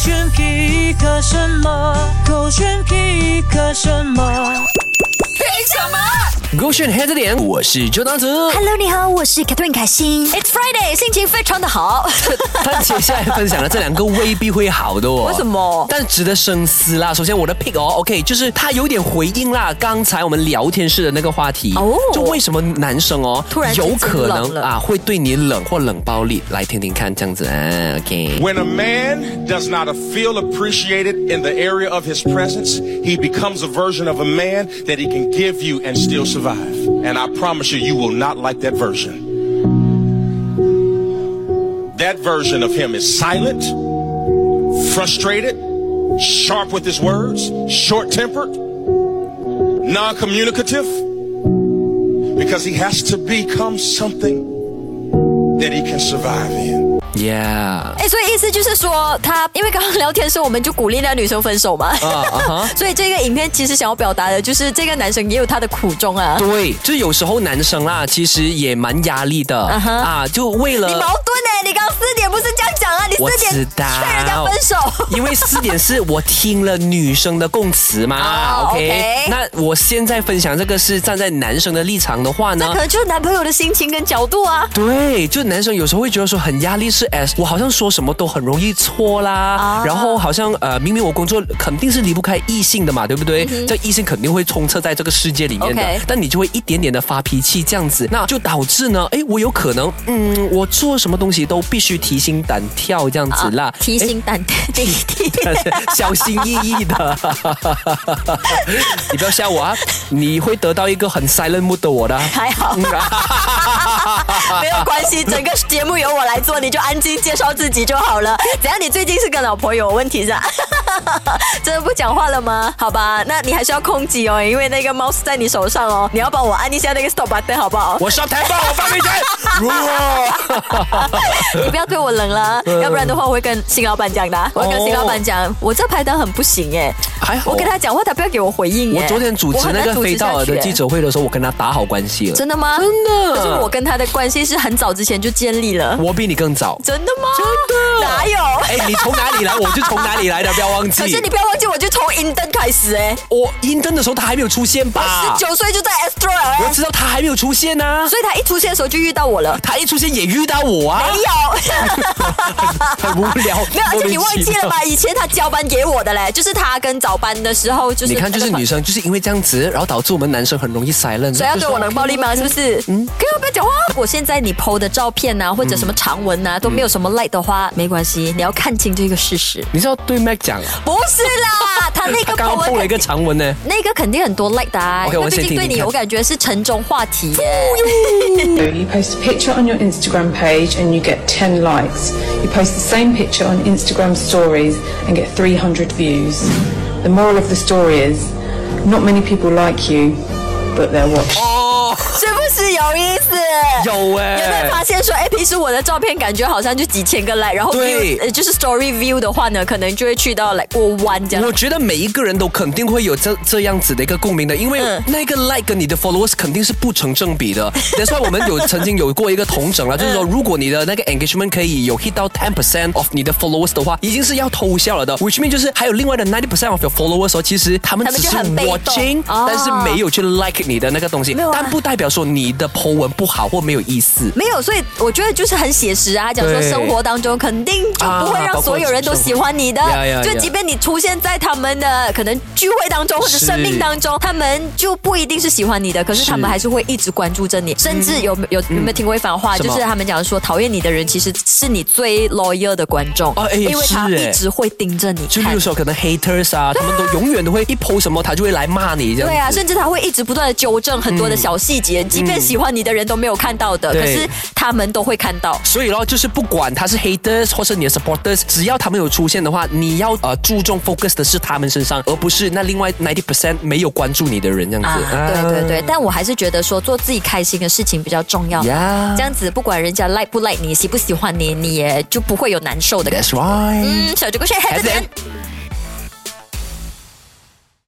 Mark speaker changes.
Speaker 1: 选皮克什么？狗选皮克什么？
Speaker 2: 勾选黑着脸，我是周当子。
Speaker 3: Hello，你好，我是 Catherine 凯欣。
Speaker 4: It's Friday，心情非常的好。
Speaker 2: 他接下来分享的这两个未必会好的哦。
Speaker 4: 为什么
Speaker 2: 但值得深思啦。首先，我的 pick 哦，OK，就是他有点回应啦刚才我们聊天室的那个话题。
Speaker 4: 哦
Speaker 2: 就为什么男生哦，
Speaker 4: 突然之间
Speaker 2: 有可能
Speaker 4: 冷了
Speaker 2: 啊会对你冷或冷暴力？来听听看，这样子。嗯 OK。
Speaker 5: When a man does not feel appreciated in the area of his presence, he becomes a version of a man that he can give you and still survive. And I promise you, you will not like that version. That version of him is silent, frustrated, sharp with his words, short tempered, non communicative, because he has to become something that he can survive in.
Speaker 2: Yeah。
Speaker 4: 哎，所以意思就是说，他因为刚刚聊天的时候，我们就鼓励那女生分手嘛。
Speaker 2: 啊哈
Speaker 4: 所以这个影片其实想要表达的就是，这个男生也有他的苦衷啊。
Speaker 2: 对，就有时候男生啦，其实也蛮压力的、
Speaker 4: 哈
Speaker 2: 啊，就为了
Speaker 4: 嗯你矛盾呢、你刚刚四点不是这样讲啊？你
Speaker 2: 我
Speaker 4: 四点
Speaker 2: 知道
Speaker 4: 劝人家分 手。
Speaker 2: 因为四点是我听了女生的供词嘛、
Speaker 4: 哦
Speaker 2: o k
Speaker 4: ，OK
Speaker 2: 那我现在分享这个是站在男生的立场的话
Speaker 4: 那
Speaker 2: 呢
Speaker 4: 可？能就是男朋友的心情跟角度啊。
Speaker 2: 对，就男生有时候会觉得说很压力是 S，我好像说什么都很容易错啦，
Speaker 4: 啊
Speaker 2: 然后好像呃明明我工作肯定是离不开异性的嘛，对不对？这异性肯定会充斥在这个世界里面的
Speaker 4: 嗯 OK
Speaker 2: 但你就会一点点的发脾气这样子，那就导致呢，哎，我有可能，嗯，我做什么东西都必须提心胆跳这样子啦，
Speaker 4: 啊
Speaker 2: 哎
Speaker 4: 提心胆 提提
Speaker 2: 小心翼翼的， 你不要吓我啊！你会得到一个很 silent mood 的我的。
Speaker 4: 还 好，没有关系，整个节目由我来做，你就安静介绍自己就好了。怎样？你最近是跟老婆有问题是吧？ 真的不讲话了吗？好吧，那你还是要控制哦，因为那个 mouse 在你手上哦，你要帮我按一下那个 stop button 好不好？
Speaker 2: 我上台放我放 飞拳，如果
Speaker 4: 你不要对我冷 了，
Speaker 2: 嗯
Speaker 4: 要不然的话我会跟新老板讲的啊，我会跟新老板讲，我这排单很不行哎，
Speaker 2: 还好
Speaker 4: 我跟他讲话，他不要给我回应哎。
Speaker 2: 哦我昨天主持
Speaker 4: 我很
Speaker 2: 那
Speaker 4: 难
Speaker 2: 个
Speaker 4: 主持
Speaker 2: 飞道尔的
Speaker 4: 下去
Speaker 2: 记
Speaker 4: 哎
Speaker 2: 者会的时候，我跟他打好关系了。
Speaker 4: 真的吗？真的。可是我跟他的关系是很早之前就建立了。
Speaker 2: 我比你更早。
Speaker 4: 真的吗？真的？哪有？
Speaker 2: 哎，你从哪里来，我就从哪里来的，不要忘记。
Speaker 4: 可是你不要忘记，我就从银灯开始哎、
Speaker 2: 我英登的时候，他还没有出现吧
Speaker 4: 十？九岁就在 Astro 了、
Speaker 2: 我
Speaker 4: 哎
Speaker 2: 知道他还没有出现啊，
Speaker 4: 所以他一出现的时候就遇到我了。
Speaker 2: 他一出现也遇到我啊
Speaker 4: 没， 有，
Speaker 2: 很无聊。
Speaker 4: 没有，而且你忘记了
Speaker 2: 吧？
Speaker 4: 吗？以前他交班给我的嘞，就是他跟早班的时候，就是
Speaker 2: 你看，就是女，生就是因为这样子，然后导致我们男生很容易 silent。
Speaker 4: 所以要对我冷暴力吗？是不是？嗯，可以不要讲话。我现在你 PO 的照片啊，或者什么长文啊，都没有什么 like 的话，没关系，你要看清这个事实。
Speaker 2: 你是要对 Mac 讲啊？
Speaker 4: 不是啦，他那
Speaker 2: 他
Speaker 4: 个
Speaker 2: 刚刚
Speaker 4: po 文
Speaker 2: 碰了一个长文呢。
Speaker 4: 那个肯定很多 like 的、啊
Speaker 2: OK，
Speaker 4: 因为
Speaker 2: 我先
Speaker 4: 毕竟
Speaker 2: 听
Speaker 4: 对
Speaker 2: 听
Speaker 4: 你
Speaker 2: 看
Speaker 4: 有感觉是沉重话题耶。
Speaker 6: You post a picture on your Instagram page and you get 10 likes. You post the same picture on Instagram stories and get 300 views. The moral of the story is not many people like you, but they're watching.
Speaker 2: 哦，
Speaker 4: 是不是有意思？
Speaker 2: 有哎
Speaker 4: 有没有发现说，哎，平时我的照片感觉好像就几千个 like，然后
Speaker 2: 对
Speaker 4: view 呃就是 story view 的话呢，可能就会去到 like 过万这样
Speaker 2: 我。觉得每一个人都肯定会有这这样子的一个共鸣的，因为
Speaker 4: 嗯
Speaker 2: 那个 like 跟你的 followers 肯定是不成正比 的。但是我们有曾经有过一个同整啊了，就是
Speaker 4: 嗯
Speaker 2: 说如果你的那个 engagement 可以有 hit 到 ten percent of 你的 followers 的话，已经是要偷笑了的。which mean 就是还有另外的 ninety percent of your followers 哦，其实他们
Speaker 4: 他们
Speaker 2: 只
Speaker 4: 就是很被动
Speaker 2: watching，
Speaker 4: 哦
Speaker 2: 但是没有去 like 你的那个东西
Speaker 4: 没有，啊
Speaker 2: 但不代表说你的 po 文不好或没有意思。
Speaker 4: 没有，所以我觉得就是很写实啊。他讲说
Speaker 2: 对
Speaker 4: 生活当中肯定就不会
Speaker 2: 啊包括
Speaker 4: 让所有人都喜欢你的
Speaker 2: 生活呀呀，
Speaker 4: 就
Speaker 2: 呀
Speaker 4: 即便你出现在他们的可能聚会当 中或者
Speaker 2: 是
Speaker 4: 生命当中，他们就不一定是喜欢你的，可是他们还是会一直关注着你。甚至有有有没有听过一番话，
Speaker 2: 嗯什
Speaker 4: 就
Speaker 2: 么
Speaker 4: 是他们讲说讨厌你的人其实是你最 loyal 的观众
Speaker 2: 哦，哎
Speaker 4: 因为他
Speaker 2: 是哎
Speaker 4: 一直会盯着你
Speaker 2: 就
Speaker 4: 看
Speaker 2: 有。时候可能 haters 啊，他们都永远都会一 po 什么，他就会来骂你这样子。
Speaker 4: 对啊，甚至他会一直不断的纠正很多的小细节，即便喜欢你的人都没有看到的，
Speaker 2: 嗯对
Speaker 4: 可是他们都会看到。
Speaker 2: 所以咯，就是不管他是 haters 或是你的 supporters，只要他们有出现的话，你要呃注重 focus 的是他们身上，而不是那另外 ninety percent 没有关注你的人这样
Speaker 4: 啊
Speaker 2: 子。，
Speaker 4: 对对对，但我还是觉得说做自己开心的事情比较重要。
Speaker 2: Yeah
Speaker 4: 这样子，不管人家 like 不 like 你，喜不喜欢你，你也就不会有难受的感
Speaker 2: That's
Speaker 4: 觉。
Speaker 2: right。
Speaker 4: 嗯，小九哥是 h a p p
Speaker 2: 点
Speaker 4: y